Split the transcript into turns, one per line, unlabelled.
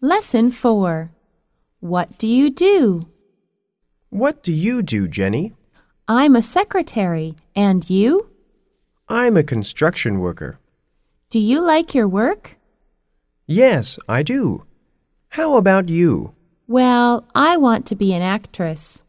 Lesson 4 What do you do?
What do you do, Jenny?
I'm a secretary, and you?
I'm a construction worker.
Do you like your work?
Yes, I do. How about you?
Well, I want to be an actress.